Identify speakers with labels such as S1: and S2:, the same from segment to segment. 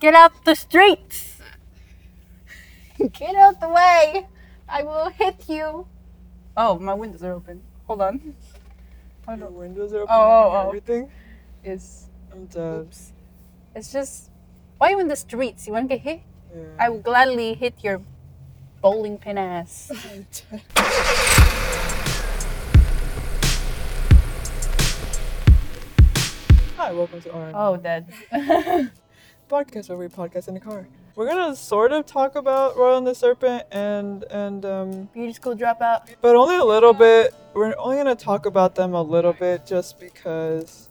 S1: Get out the streets.
S2: Get out the way. I will hit you.
S1: Oh, my windows are open. Hold on. I
S3: The
S1: don't-
S3: windows are open
S1: Oh, oh,
S3: and
S1: oh.
S3: everything.
S1: It's
S3: I'm dead.
S1: oops. It's just why you in the streets? You want to get hit?
S3: Yeah.
S1: I will gladly hit your bowling pin ass.
S3: I'm dead. Hi, welcome to our
S1: Oh, dead.
S3: podcast where we podcast in the car. We're gonna sort of talk about Royal and the Serpent and and um,
S1: Beauty school dropout.
S3: but only a little bit. We're only gonna talk about them a little bit just because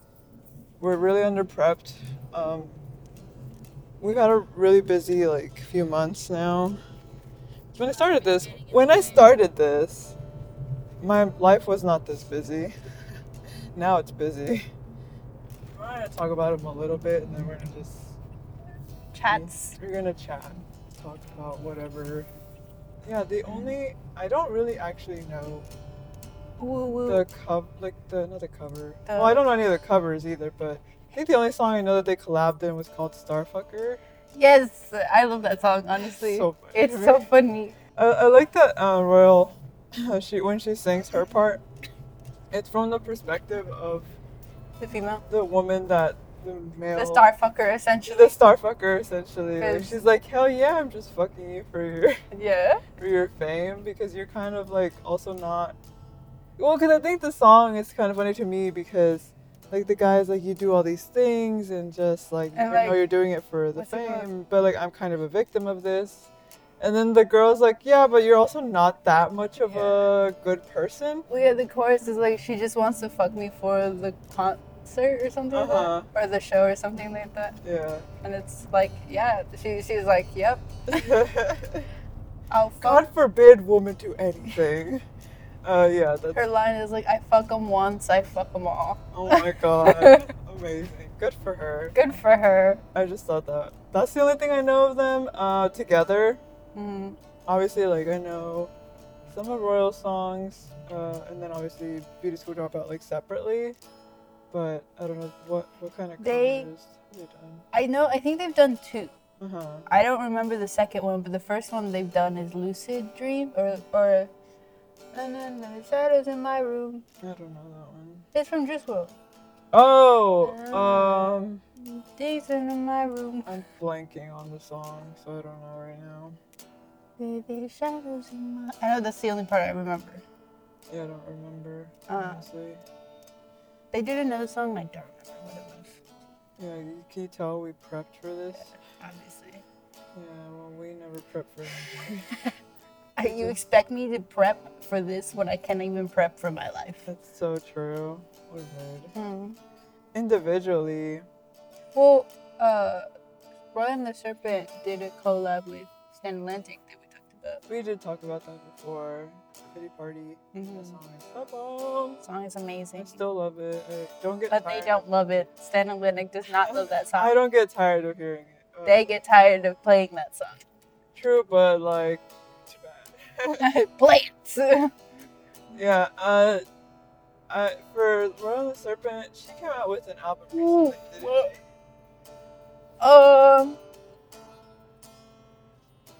S3: we're really underprepped. Um, we've had a really busy like few months now. When I started this, when I started this, my life was not this busy. now it's busy. We're gonna talk about them a little bit, and then we're gonna just
S1: Chats.
S3: we're gonna chat, talk about whatever. Yeah, the only I don't really actually know
S1: Ooh, ooh, ooh.
S3: the cover, like the not the cover.
S1: The-
S3: well, I don't know any of the covers either, but I think the only song I know that they collabed in was called Starfucker.
S1: Yes, I love that song. Honestly,
S3: So funny.
S1: it's so funny.
S3: I, I like that uh, Royal. She when she sings her part, it's from the perspective of
S1: The female,
S3: the woman that the male
S1: the star fucker,
S3: She's
S1: essentially.
S3: a starfucker essentially. Like,
S1: Cause-
S3: she's like, hell yeah, I'm just fucking you for your
S1: Yeah.
S3: for your fame because you're kind of like also not well because i think the song is kind of funny to me because like the guy's like you do all these things and just like you
S1: And,
S3: know
S1: like,
S3: you're doing it for the
S1: what's it called?
S3: fame but like i'm kind of a victim of this and then the girl's like yeah but you're also not that much of a good person
S1: Well, yeah, the chorus is like she just wants to fuck me for the concert or something
S3: Uh-huh.
S1: like that, or the show or something like that.
S3: yeah
S1: And it's like, yeah, she, she's like, yep, I'll fuck.
S3: god forbid woman do anything uh yeah that's
S1: Her line is like, I fuck them once, I fuck them all.
S3: oh my god amazing good for her
S1: Good for her.
S3: I just thought that. That's the only thing I know of them uh, together.
S1: Mm.
S3: Obviously, like I know some of Royal songs, uh, and then obviously Beauty School Dropout like separately. But I don't know what what kind of
S1: They-
S3: covers they done.
S1: I know, I think they've done two.
S3: Uh huh.
S1: I don't remember the second one, but the first one they've done is Lucid Dream or or and then the shadows in my room.
S3: I don't know that one.
S1: It's from Juice WRLD.
S3: Oh,
S1: Ah.
S3: um,
S1: Days in my room.
S3: I'm blanking on the song, so I don't know right now.
S1: Baby shadows in my I know that's the only part I remember.
S3: Yeah, I don't remember
S1: Ah.
S3: honestly.
S1: They did another song and I don't remember what it was.
S3: Yeah, you- can you tell we prepped for this?
S1: Obviously.
S3: Yeah, well, we never prep for anything.
S1: Uh, You expect me to prep for this when I can't even prep for my life.
S3: That's so true. We're rude.
S1: Hmm.
S3: individually.
S1: Well, uh, Roy and the Serpent did a collab with Stan Atlantic that we talked about.
S3: We did talk about that before. Pity Party. The
S1: mm
S3: song is football.
S1: Song is
S3: I
S1: amazing.
S3: still love it. I don't get
S1: But they
S3: tired.
S1: don't love it. Stan Atlantic does not love that
S3: I
S1: song.
S3: don't get tired of hearing it. Uh,
S1: They get tired of playing that song.
S3: true, but like, too bad.
S1: Play it!
S3: yeah. Uh, I, for Royal and the Serpent, she came out with an album
S1: Ooh,
S3: recently. didn't
S1: what?
S3: she?
S1: um,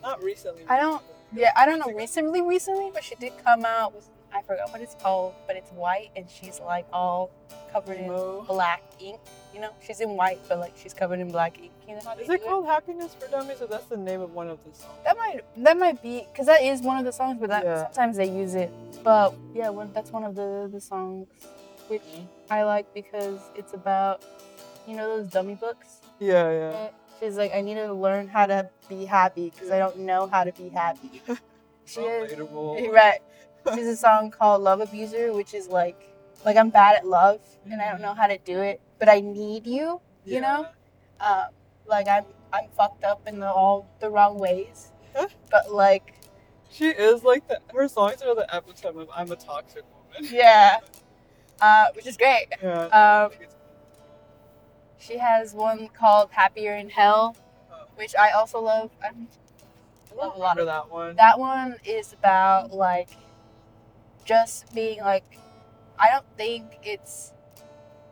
S3: Not recently.
S1: I don't-
S3: recently.
S1: yeah, I don't know recently, recently, but she did come out with, I forgot what it's called, but it's white and she's like all covered in
S3: Emo.
S1: black ink. You know, she's in white, but like she's covered in black ink. You know how they
S3: Is it
S1: do
S3: called Happiness for Dummies? Or that's the name of one of the songs.
S1: That might that might be because that is one of the songs, but that
S3: Yeah.
S1: sometimes they use it. But yeah, one, that's one of the the songs, which I like because it's about you know those dummy books.
S3: Yeah, yeah.
S1: She's like, I need to learn how to be happy because I don't know how to be happy. She is
S3: Relatable.
S1: right. She's a song called Love Abuser, which is like like I'm bad at love and I don't know how to do it, but I need you. You know, uh, like I'm I'm fucked up in the all the wrong ways, but like.
S3: She is like the her songs are the epitome of I'm a toxic woman.
S1: Yeah. Uh, which is great.
S3: Yeah.
S1: Um, she has one called Happier in Hell, which I also love. I love a lot
S3: for
S1: of
S3: that one.
S1: that one is about like just being like I don't think it's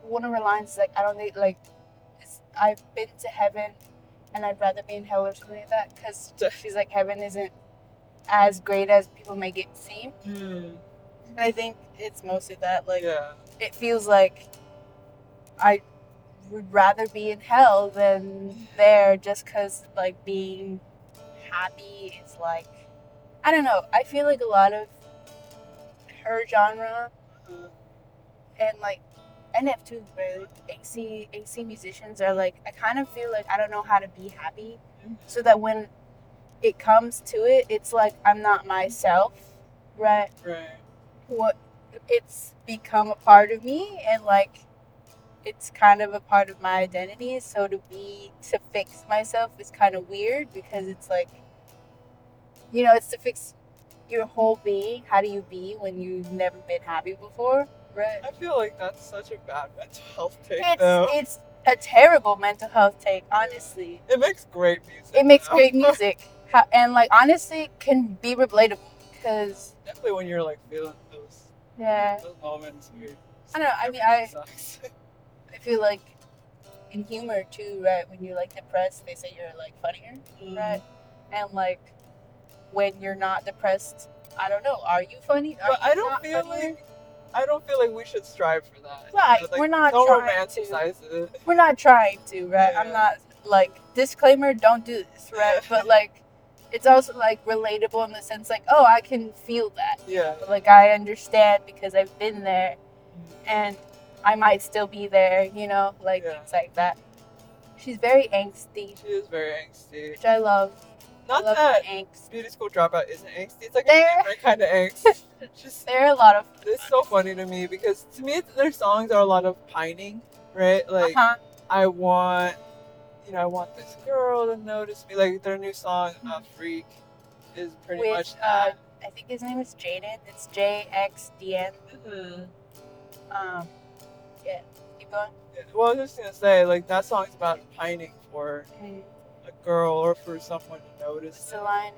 S1: one of her lines is like I don't think like it's, I've been to heaven and I'd rather be in hell or something like that because she's like heaven isn't as great as people make it seem. And I think it's mostly that like
S3: Hmm. yeah.
S1: it feels like I would rather be in hell than there just because, like, being happy is like, I don't know. I feel like a lot of her genre and, like, NF too, really. AC, AC musicians are like, I kind of feel like I don't know how to be happy. So that when it comes to it, it's like I'm not myself, right?
S3: Right.
S1: what it's become a part of me and like it's kind of a part of my identity so to be to fix myself is kind of weird because it's like you know it's to fix your whole being how do you be when you've never been happy before right
S3: I feel like that's such a bad mental health take,
S1: it's
S3: though.
S1: it's a terrible mental health take honestly
S3: It makes great music.
S1: it makes
S3: though.
S1: great music How- and like honestly can be relatable because
S3: Definitely when you're like feeling those,
S1: yeah
S3: those moments. Where
S1: I don't know, I mean,
S3: everything
S1: I-
S3: sucks.
S1: I feel like in humor too, right? When you're like depressed, they say you're like funnier,
S3: Hmm. Mm-hmm.
S1: right? And like when you're not depressed, I don't know. Are you funny? Are
S3: But
S1: you
S3: I don't
S1: not
S3: feel
S1: funnier?
S3: like I don't feel like we should strive for that. you know,
S1: Right,
S3: like,
S1: we're not
S3: Don't
S1: trying to.
S3: romanticize it.
S1: we're not trying to, right? I'm
S3: Yeah.
S1: not like disclaimer. Don't do this, right? but like, it's also like relatable in the sense like, oh, I can feel that.
S3: Yeah.
S1: Like I understand because I've been there,
S3: Mm-hmm.
S1: and I might still be there. You know, like
S3: Yeah.
S1: things like that. She's very angsty.
S3: She is very angsty.
S1: which I love.
S3: Not
S1: I love
S3: that
S1: the angst.
S3: beauty school dropout isn't angsty. It's like
S1: They're-
S3: a different kind of angst. Just
S1: There are a lot of
S3: it's so funny to me because to me it's- their songs are a lot of pining, right? Like
S1: uh-huh.
S3: I want, you know, I want this girl to notice me. Like their new song, uh, "Freak," is pretty
S1: Mm-hmm. With,
S3: much
S1: uh,
S3: that.
S1: I think his name is Jaden. It's J X D N. mm-hmm. Um, yeah, keep going.
S3: Well, I was just gonna say, like that song's about pining for a girl or for someone to
S1: What's
S3: notice.
S1: the line?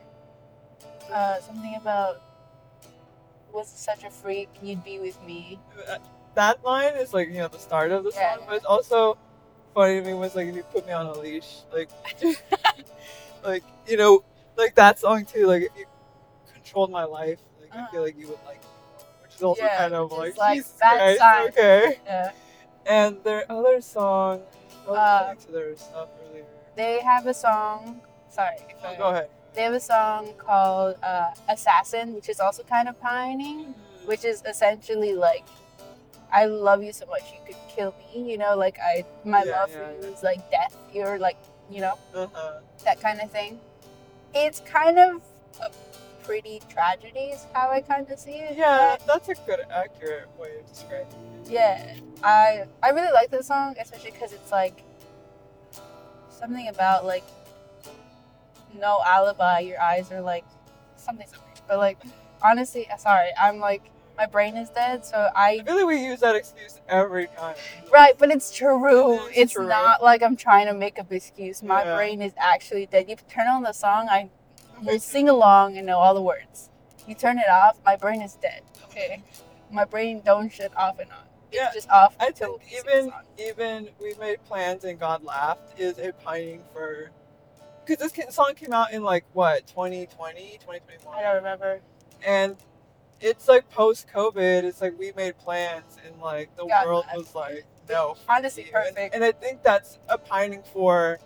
S1: Uh, something about was such a freak you'd be with me.
S3: That line is like you know the start of the
S1: Yeah.
S3: song, but it's also funny to me was like if you put me on a leash, like, like you know, like that song too. Like if you controlled my life, like I
S1: Uh-huh.
S3: feel like you would like, me more, which is also
S1: Yeah,
S3: kind of
S1: which
S3: like,
S1: is, like,
S3: Jesus
S1: that
S3: Christ,
S1: song.
S3: okay.
S1: Yeah.
S3: And their other song, I was
S1: Uh,
S3: listening to their stuff earlier.
S1: They have a song. Sorry. if
S3: Oh,
S1: I-
S3: go ahead.
S1: They have a song called uh, "Assassin," which is also kind of pining. which is essentially like I love you so much you could kill me, you know, like I my
S3: Yeah,
S1: love
S3: yeah,
S1: for you
S3: yeah.
S1: is like death. You're like, you know,
S3: Uh-huh.
S1: that kind of thing. It's kind of a pretty tragedy is how I kind of see it.
S3: Yeah, that's a good, accurate way of describing it.
S1: Yeah. I I really like this song especially cuz it's like something about like no alibi, your eyes are like something something. But like honestly, sorry, I'm like my brain is dead, so I
S3: I feel like we use that excuse every time.
S1: Right, but it's true.
S3: It is
S1: It's
S3: true.
S1: not like I'm trying to make up excuse. My
S3: Yeah.
S1: brain is actually dead. You turn on the song, I will sing along and know all the words. You turn it off, my brain is dead. Okay, my brain don't shut off and on. It's
S3: Yeah,
S1: just off.
S3: I
S1: till
S3: think
S1: we sing the
S3: even
S1: song.
S3: even we made plans and God laughed is a pining for because this ca- song came out in like what 2020 2021
S1: I don't remember.
S3: and it's like post COVID it's like we made plans and like the
S1: God
S3: world
S1: laughed.
S3: was like no fuck
S1: Honestly,
S3: you. And-
S1: perfect.
S3: and I think that's a pining for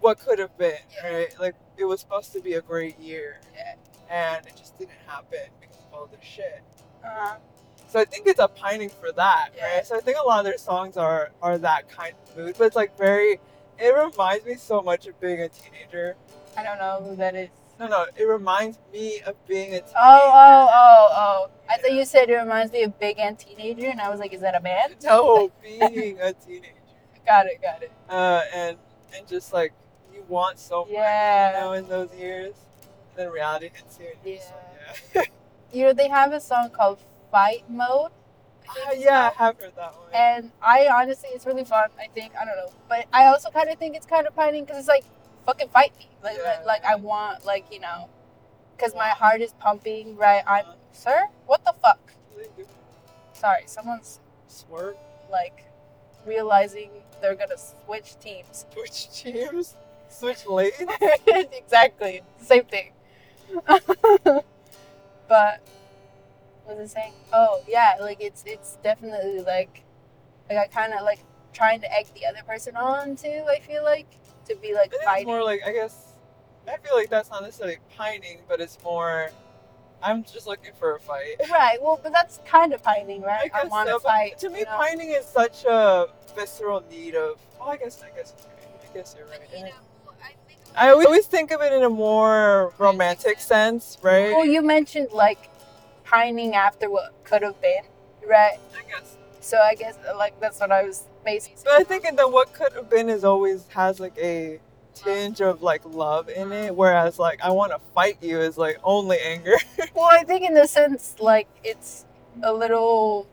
S3: what could have been right like it was supposed to be a great year
S1: Yeah.
S3: and it just didn't happen because of all this shit
S1: Uh,
S3: so I think it's a pining for that,
S1: Yeah.
S3: right? So I think a lot of their songs are are that kind of mood, but it's like very. It reminds me so much of being a teenager.
S1: I don't know who that is.
S3: No, no, it reminds me of being a teenager.
S1: Oh, oh, oh, oh! I thought you said it reminds me of Big and Teenager, and I was like, is that a band?
S3: No, being a teenager,
S1: Got it, got it.
S3: uh, and and just like you want so much,
S1: Yeah.
S3: you know, in those years, and then reality hits you. And you're just like,
S1: You know, they have a song called "Fight Mode." I think
S3: yeah. Ah,
S1: it's
S3: yeah, I have heard that one.
S1: And I honestly, it's really fun. I think I don't know, but I also kind of think it's kind of pining because it's like, fucking fight me, like
S3: Yeah.
S1: like, like I want like you know, because my heart is pumping. Right, I'm sir. What the fuck? Sorry, someone's
S3: Swerve,
S1: like realizing they're gonna switch teams.
S3: Twitch teams. Switch lanes.
S1: exactly. Same thing. but what was it saying? Oh yeah, like it's it's definitely like like I kinda like trying to egg the other person on too, I feel like. To be
S3: I
S1: like
S3: think It's
S1: fighting.
S3: more like I guess I feel like that's not necessarily pining, but it's more I'm just looking for a fight.
S1: Right, well but that's kinda pining,
S3: I
S1: right? I,
S3: guess
S1: wanna
S3: so, but
S1: fight.
S3: To me,
S1: you know?
S3: pining is such a visceral need of. Oh, I guess I guess you're right. I guess you're right.
S2: You know, I think
S3: I always, always think of it in a more romantic sense, right?
S1: Well you mentioned like pining after what could have been, right?
S3: I guess.
S1: So I guess like that's what I was basing.
S3: But I think in the what could have been is always has like a tinge of like love in it, whereas like I want to fight you is like only anger.
S1: well, I think in the sense like it's a little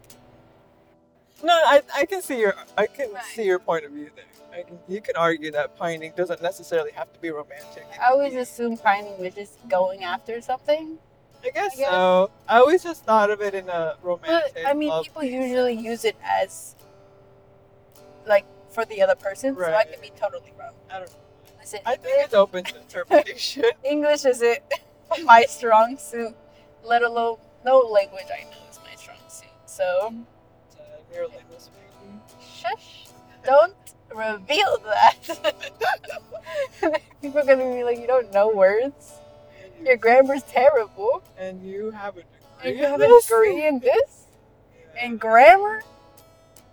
S3: No, I, I can see your I can
S1: Right.
S3: see your point of view there. I can, you can argue that pining doesn't necessarily have to be romantic.
S1: I always assume pining was just going after something.
S3: I guess,
S1: I guess.
S3: so. I always just thought of it in a romantic.
S1: But I mean,
S3: love-
S1: people usually use it as like for the other person, so I
S3: Right.
S1: could be totally wrong.
S3: I don't know.
S1: Listen,
S3: I think it's open to interpretation.
S1: "Eh, English isn't my strong suit, let alone no language I know is my strong suit. So
S3: Uh, you're a linguist, right?
S1: shush, don't reveal that. people are gonna be like, you don't know words. Your grammar's terrible.
S3: and you have a degree.
S1: And you have
S3: in
S1: a
S3: this.
S1: degree in this?
S3: Yeah,
S1: And grammar?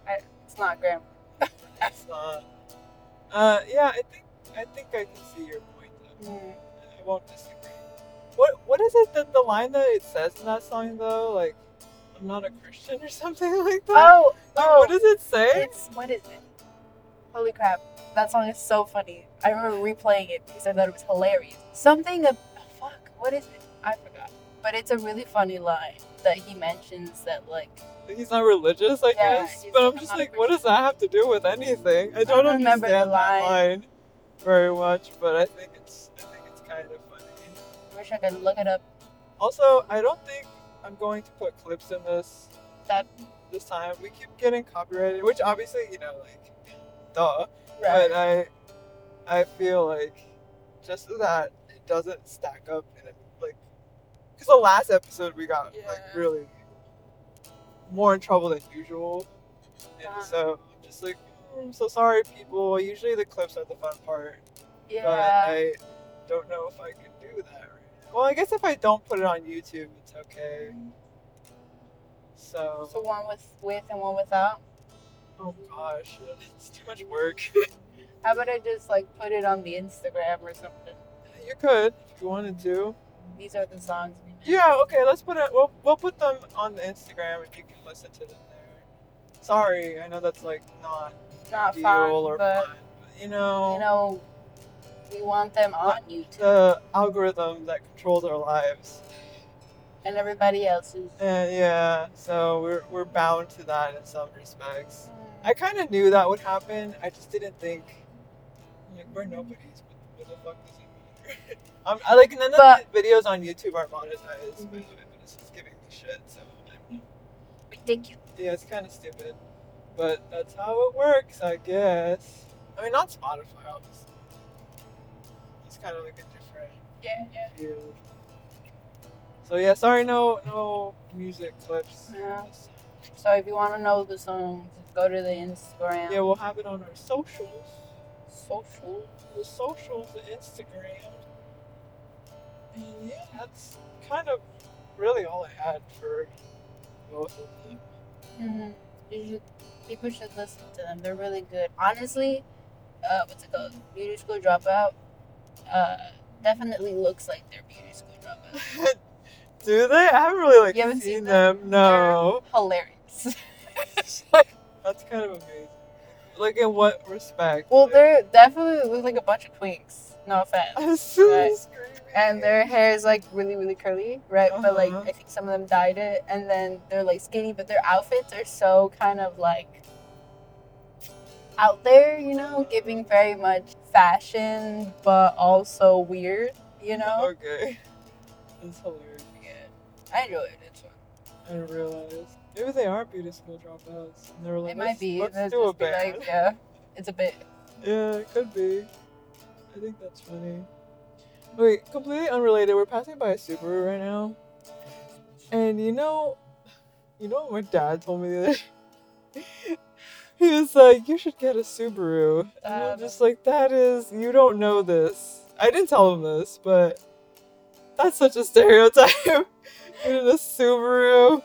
S1: I, it's not grammar.
S3: it's not- Uh, yeah, I think I think I can see your point. Though. I won't disagree. What What is it that the line that it says in that song though? Like, I'm not a Christian or something like that.
S1: Oh,
S3: Like,
S1: oh.
S3: What does it say?
S1: It's, what is it? Holy crap. That song is so funny. I remember replaying it because I thought it was hilarious. Something of. Fuck, what is it? I forgot. But it's a really funny line that he mentions that, like,
S3: He's not religious, I
S1: Yeah,
S3: guess.
S1: he's like,
S3: But
S1: "I'm
S3: I'm just
S1: not a
S3: like, what does that have to do with anything? I don't
S1: don't remember the
S3: understand that
S1: line.
S3: line very much, but I think it's I think it's kind of funny.
S1: I wish I could look it up.
S3: Also, I don't think I'm going to put clips in this
S1: That-
S3: this time. We keep getting copyrighted, which obviously, you know, like duh.
S1: Right.
S3: But uh, I I feel like just so that it doesn't stack up and it, like cuz the last episode we got
S1: Yeah.
S3: like really more in trouble than usual. And
S1: Uh-huh.
S3: so I'm just like "Mm, I'm so sorry people. Usually the clips are the fun part but
S1: yeah.
S3: I don't know if I can do that. Right now. Well, I guess if I don't put it on YouTube, it's okay. So,
S1: So one with with and one without.
S3: oh gosh, it's too much work.
S1: How about I just, like, put it on the Instagram or something?
S3: you could if you wanted to.
S1: These are the songs we made.
S3: Yeah, okay. Let's put it. We'll, we'll put them on the Instagram if you can listen to them there. Sorry, I know that's like not
S1: Not
S3: deal
S1: fun,
S3: or
S1: but,
S3: fun, but you know,
S1: you know, we want them on YouTube.
S3: the algorithm that controls our lives.
S1: and everybody else's.
S3: And yeah, so we're we're bound to that in some respects. I kind of knew that would happen. I just didn't think like we're nobodies. What, what the fuck does it matter? I'm, I like none
S1: But-
S3: of the videos on YouTube are monetized. By the way, but it's just giving me shit. So I'm-
S1: Ridiculous.
S3: yeah, it's kind of stupid, but that's how it works, I guess. I mean, not Spotify, obviously. It's kind of like a different
S1: Yeah, yeah.
S3: view. So yeah, sorry, no no music clips.
S1: Yeah. So if you want to know the songs, go to the Instagram.
S3: Yeah, we'll have it on our socials.
S1: Social.
S3: the socials, the Instagram. And yeah, that's kind of really all I had for both of them.
S1: Mm-hmm. You should, people should listen to them. They're really good. Honestly, uh, what's it called? Beauty School Dropout. Uh, definitely looks like they're Beauty School Dropout.
S3: Do they? I haven't really like
S1: You haven't
S3: seen,
S1: seen
S3: them. No,
S1: Hilarious.
S3: that's kind of amazing. Like in what respect?
S1: well, they're definitely look like a bunch of twinks. No offense.
S3: I'm so
S1: Right.
S3: screaming.
S1: and their hair is like really really curly right but like
S3: Uh-huh.
S1: i think some of them dyed it and then they're like skinny but their outfits are so kind of like out there you know giving very much fashion but also weird you know
S3: Okay, that's hilarious.
S1: yeah. i enjoy it it's fun
S3: I didn't realize maybe they are beauty school dropouts. And they were like,
S1: it
S3: let's,
S1: might be
S3: Let's
S1: They'll
S3: do a
S1: just be
S3: band.
S1: like yeah it's a bit
S3: Yeah, it could be. I think that's funny. Wait, completely unrelated. We're passing by a Subaru right now, and you know, you know what my dad told me the other. day? he was like, "You should get a Subaru," and I'm
S1: Um.
S3: just like, "That is, you don't know this." I didn't tell him this, but that's such a stereotype. Get in a Subaru.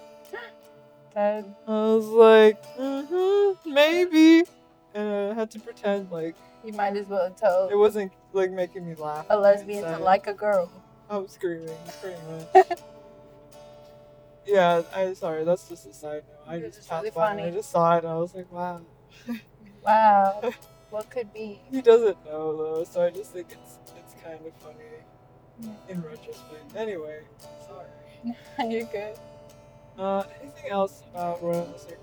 S1: That,
S3: I was like, mm-hmm, maybe, and I had to pretend like
S1: you might as well
S3: it
S1: tell
S3: wasn't like making me laugh.
S1: a lesbian to
S3: inside.
S1: like a girl.
S3: I was screaming pretty much. yeah, I sorry, that's just a side note. I
S1: It was
S3: just
S1: just really
S3: passed by and I
S1: funny.
S3: just saw it and I was like, wow.
S1: Wow. what could be?
S3: He doesn't know though, so I just think it's it's kind of funny
S1: Hmm.
S3: in retrospect. Anyway, sorry.
S1: You're good.
S3: Uh, anything else about Royal Circus?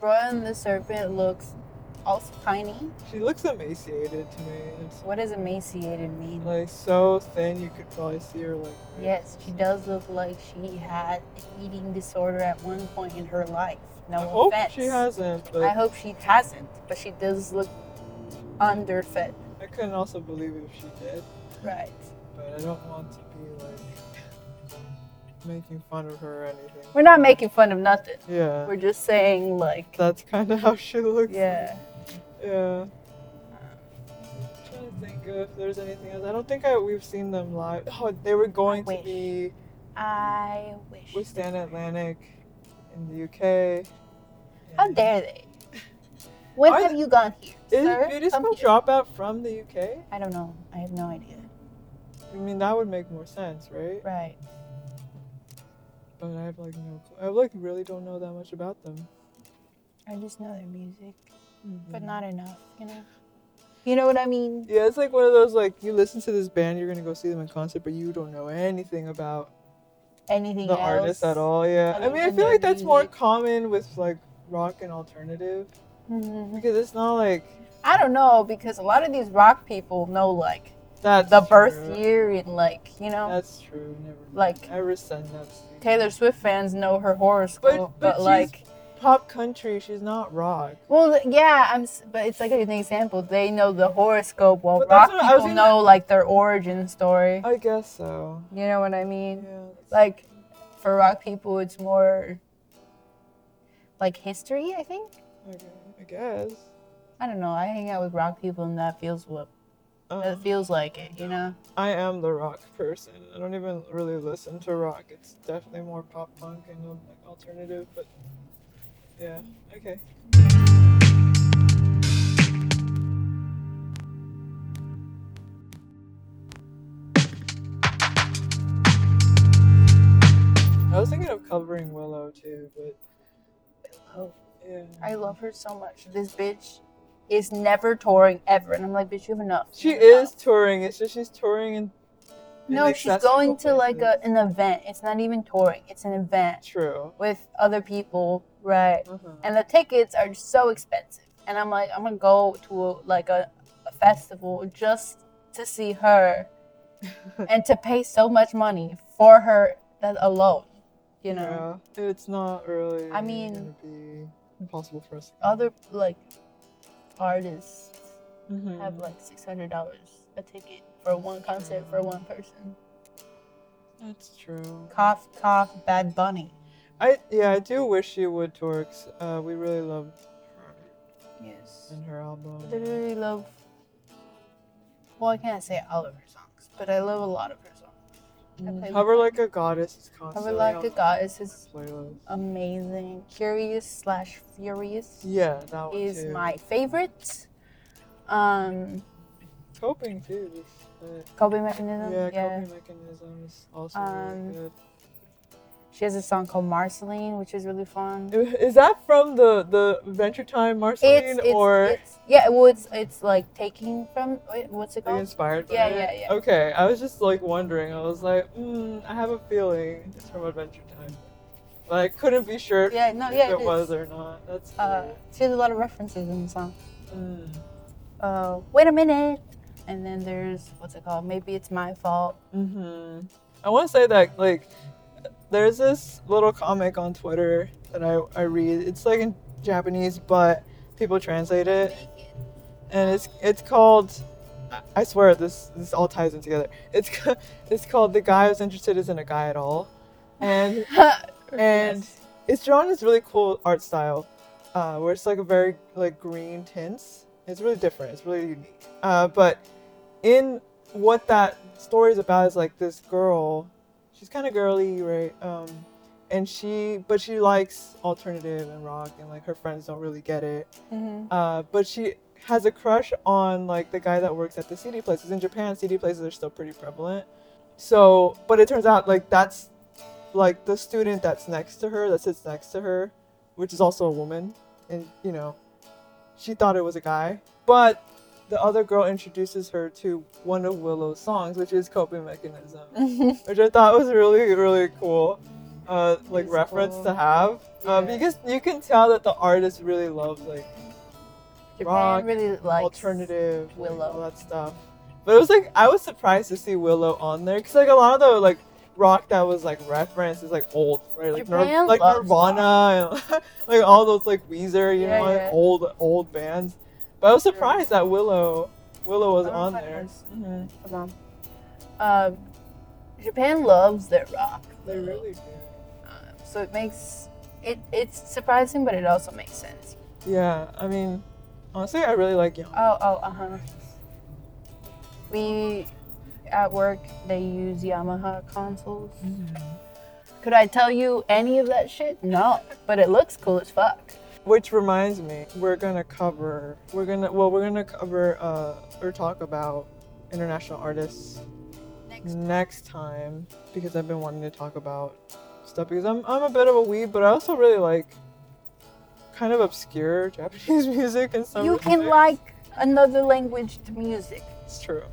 S1: Roy and the serpent looks also tiny.
S3: She looks emaciated to me. It's
S1: What does emaciated mean?
S3: like so thin you could probably see her like right
S1: Yes, she does look like she had an eating disorder at one point in her life. No
S3: I hope
S1: offense.
S3: she hasn't, but
S1: I
S3: I,
S1: hope she hasn't, but she does look underfed.
S3: couldn't also believe if she did.
S1: Right.
S3: But I don't want to be like making fun of her or anything.
S1: We're not making fun of nothing.
S3: Yeah.
S1: We're just saying like
S3: That's kind of how she looks.
S1: yeah. Um.
S3: Yeah. I'm trying to think if there's anything else. I don't think I, we've seen them live. Oh, they were going to
S1: Wish.
S3: be
S1: I wish.
S3: with Stan Atlantic in the UK.
S1: How
S3: And-
S1: dare they? When
S3: Are
S1: have you gone here,
S3: Is
S1: sir?
S3: Beauty
S1: Come
S3: School
S1: here.
S3: Dropout from the UK?
S1: I don't know. I have no idea.
S3: I mean, that would make more sense, right?
S1: Right.
S3: But I have like no clue. I like really don't know that much about them.
S1: I just know their music, but
S3: Mhm.
S1: not enough. You know. You know what I mean?
S3: Yeah, it's like one of those like you listen to this band, you're gonna go see them in concert, but you don't know anything about
S1: Anything
S3: the
S1: else?
S3: artist at all. Yeah, I
S1: other
S3: mean, I
S1: than
S3: feel
S1: their
S3: like that's more
S1: music.
S3: common with like rock and alternative
S1: Mhm.
S3: because it's not like
S1: I don't know because a lot of these rock people know like
S3: that's
S1: the birth
S3: true.
S1: year and like you know
S3: That's true. Never mind.
S1: Like-
S3: I rescind that. statement.
S1: Taylor Swift fans know her horoscope,
S3: But-
S1: but,
S3: but she's-
S1: like
S3: Pop country, she's not rock.
S1: well th- yeah I'm s- but it's like an example they know the horoscope while
S3: But that's
S1: rock
S3: what I was
S1: people
S3: thinking.
S1: know like their origin story.
S3: I guess so.
S1: You know what I
S3: Yeah.
S1: mean?
S3: that's-
S1: Like for rock people it's more like history, I think.
S3: okay, I guess.
S1: I don't know. I hang out with rock people and that feels what
S3: Uh,
S1: that feels like it, you know.
S3: I am the rock person. I don't even really listen to rock. It's definitely more pop punk and um, like alternative, but yeah. Okay. I was thinking of covering Willow too, but yeah.
S1: Oh, I love her so much. This bitch is never touring ever. And I'm like, bitch, you have enough.
S3: She
S1: You have enough."
S3: is touring. It's just she's touring in. in
S1: No, she's
S3: accessible
S1: going to like a,
S3: places.
S1: an event. It's not even touring, it's an event
S3: True.
S1: with other people. Right.
S3: Uh-huh.
S1: And the tickets are so expensive. And I'm like, I'm going to go to a, like a, a festival just to see her and to pay so much money for her that alone, you know.
S3: Yeah, it's not really.
S1: I mean-
S3: gonna be possible for us. to-
S1: Other like artists
S3: Mhm.
S1: have like six hundred dollars a ticket for one concert for one person.
S3: That's true.
S1: Cough, cough, Bad Bunny.
S3: I yeah, I do wish she would tour. 'cause, Uh, we really loved her
S1: Yes.
S3: and her
S1: I
S3: album.
S1: literally love. Well, I can't say all of her songs, but I love a lot of her songs. I play
S3: Cover Mm-hmm. like a goddess is constantly
S1: Cover Like
S3: on
S1: a Goddess is
S3: my playlist.
S1: amazing. Curious slash Furious
S3: Yeah, that one
S1: is
S3: too.
S1: my favorite. Um,
S3: coping too. this- but-
S1: coping mechanism.
S3: yeah,
S1: Yeah.
S3: coping mechanism is also
S1: Um,
S3: really good.
S1: She has a song called Marceline, which is really fun.
S3: Is that from the the Adventure Time Marceline
S1: it's, it's,
S3: or
S1: it's yeah well it's it's like taking from wait, what's it
S3: Are you
S1: called
S3: inspired by
S1: Oh, Yeah,
S3: it?
S1: yeah, yeah.
S3: Okay, I was just like wondering. I was like, mm, I have a feeling it's from Adventure Time, but I couldn't be sure
S1: yeah no
S3: if
S1: yeah
S3: it
S1: is.
S3: was or not. That's
S1: uh
S3: cool.
S1: she has a lot of references in the song
S3: Mm.
S1: uh wait a minute and then there's what's it called maybe it's my fault
S3: hmm I want to say that like there's this little comic on Twitter that I, I read. It's like in Japanese, but people translate it. and it's it's called. I swear this this all ties in together. It's ca- it's called the guy who's interested isn't a guy at all, and and it's drawn in this really cool art style, uh, where it's like a very like green tints. It's really different. It's really unique. Uh, but in what that story is about is like this girl. She's kind of girly, right? Um, and she, but she likes alternative and rock, and like her friends don't really get it.
S1: Mm-hmm.
S3: Uh, but she has a crush on like the guy that works at the CD places. In Japan, CD places are still pretty prevalent. So, but it turns out like that's like the student that's next to her, that sits next to her, which is also a woman, and you know, she thought it was a guy. But the other girl introduces her to one of Willow's songs, which is coping mechanism, which I thought was really really cool. Uh, like
S1: It's
S3: reference
S1: cool.
S3: to have
S1: Yeah.
S3: uh, because you can tell that the artist really loves like
S1: Japan
S3: rock,
S1: really likes
S3: alternative like,
S1: Willow.
S3: all that stuff but it was like i was surprised to see willow on there because like a lot of the like rock that was like referenced is like old right like, Nir-
S1: Japan
S3: like
S1: loves
S3: nirvana and like all those like weezer you
S1: Yeah,
S3: know like,
S1: yeah.
S3: old old bands but i was
S1: Sure.
S3: surprised that willow willow was
S1: I don't
S3: on
S1: know if I
S3: there
S1: noticed.
S3: Mhm.
S1: Come on. Um, Japan loves their rock.
S3: they really
S1: Um, so it makes it it's surprising, but it also makes sense.
S3: do yeah i mean honestly i really like young
S1: Oh, oh, uh huh. We at work they use Yamaha consoles. Could I tell you any of that shit? No, but it looks cool as fuck.
S3: Which reminds me, we're gonna cover, we're gonna, well, we're gonna cover uh, or talk about international artists
S2: Next.
S3: next time because I've been wanting to talk about stuff because I'm, I'm a bit of a weeb, but I also really like kind of obscure Japanese music and some.
S1: you can
S3: respects.
S1: like another language to music.
S3: It's true.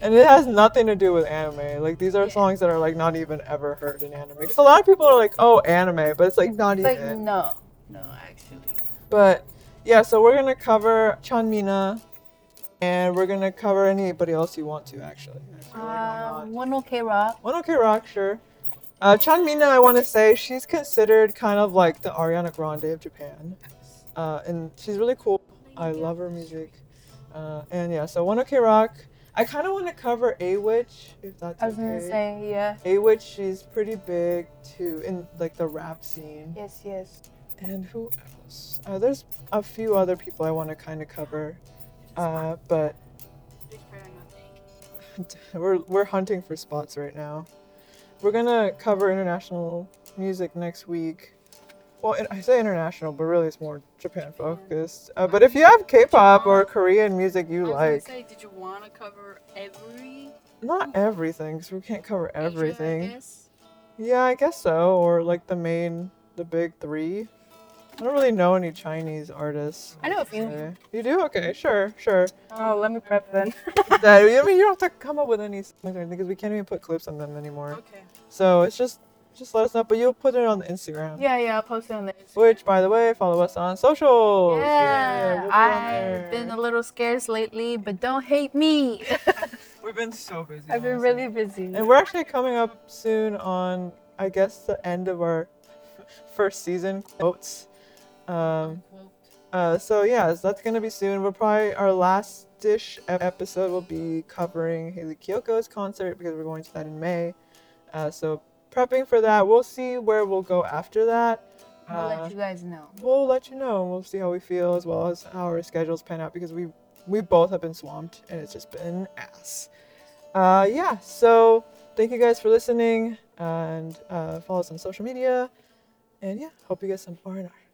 S3: And it has nothing to do with anime. Like these are
S1: Yeah.
S3: songs that are like not even ever heard in anime. Because a lot of people are like, "Oh, anime," but it's like not
S1: But
S3: even.
S1: no, no, actually.
S3: But yeah, so we're gonna cover Chanmina, and we're gonna cover anybody else you want to actually. I feel like, why
S1: Uh,
S3: not?
S1: one OK Rock.
S3: One OK Rock, sure. Uh, Chanmina, I want to say she's considered kind of like the Ariana Grande of Japan, uh, and she's really cool. I love her music, uh, and yeah, so One OK Rock. I kind of want to cover A Witch if that's
S1: I was gonna
S3: okay.
S1: say yeah.
S3: A Witch, she's pretty big too in like the rap scene.
S1: Yes, yes.
S3: And who else? Uh, there's a few other people I want to kind of cover, uh, but we're we're hunting for spots right now. We're gonna cover international music next week. Well, and I say international, but really it's more Japan focused. Uh, but if you have K-pop or Korean music you like,
S2: say, did you want to cover every
S3: not everything, 'cause we can't cover everything. Yeah, I guess so. Or like the main, the big three. I don't really know any Chinese artists.
S1: I know a few.
S3: Okay. You do? Okay, sure, sure.
S1: Oh, let me prep then.
S3: that, I mean, you don't have to come up with any songs or anything because we can't even put clips on them anymore.
S2: Okay.
S3: So it's just, just let us know. But you'll put it on the Instagram.
S1: Yeah, yeah. I'll post it on the Instagram.
S3: Which, by the way, follow us on social.
S1: Yeah, I've been
S3: there.
S1: a little scarce lately, but don't hate me.
S3: We've been so busy.
S1: I've been
S3: honestly.
S1: really busy.
S3: And we're actually coming up soon on, I guess, the end of our first season quotes. Um, uh, so yeah, so that's gonna be soon. We'll probably our last dish ep- episode will be covering Haley Kyoko's concert because we're going to that in May. Uh, so prepping for that, we'll see where we'll go after that.
S1: I'll
S3: Uh,
S1: let you guys know.
S3: we'll let you know. and We'll see how we feel as well as how our schedules pan out because we we both have been swamped and it's just been ass. Uh, yeah. So thank you guys for listening and uh, follow us on social media. And yeah, hope you get some R and R.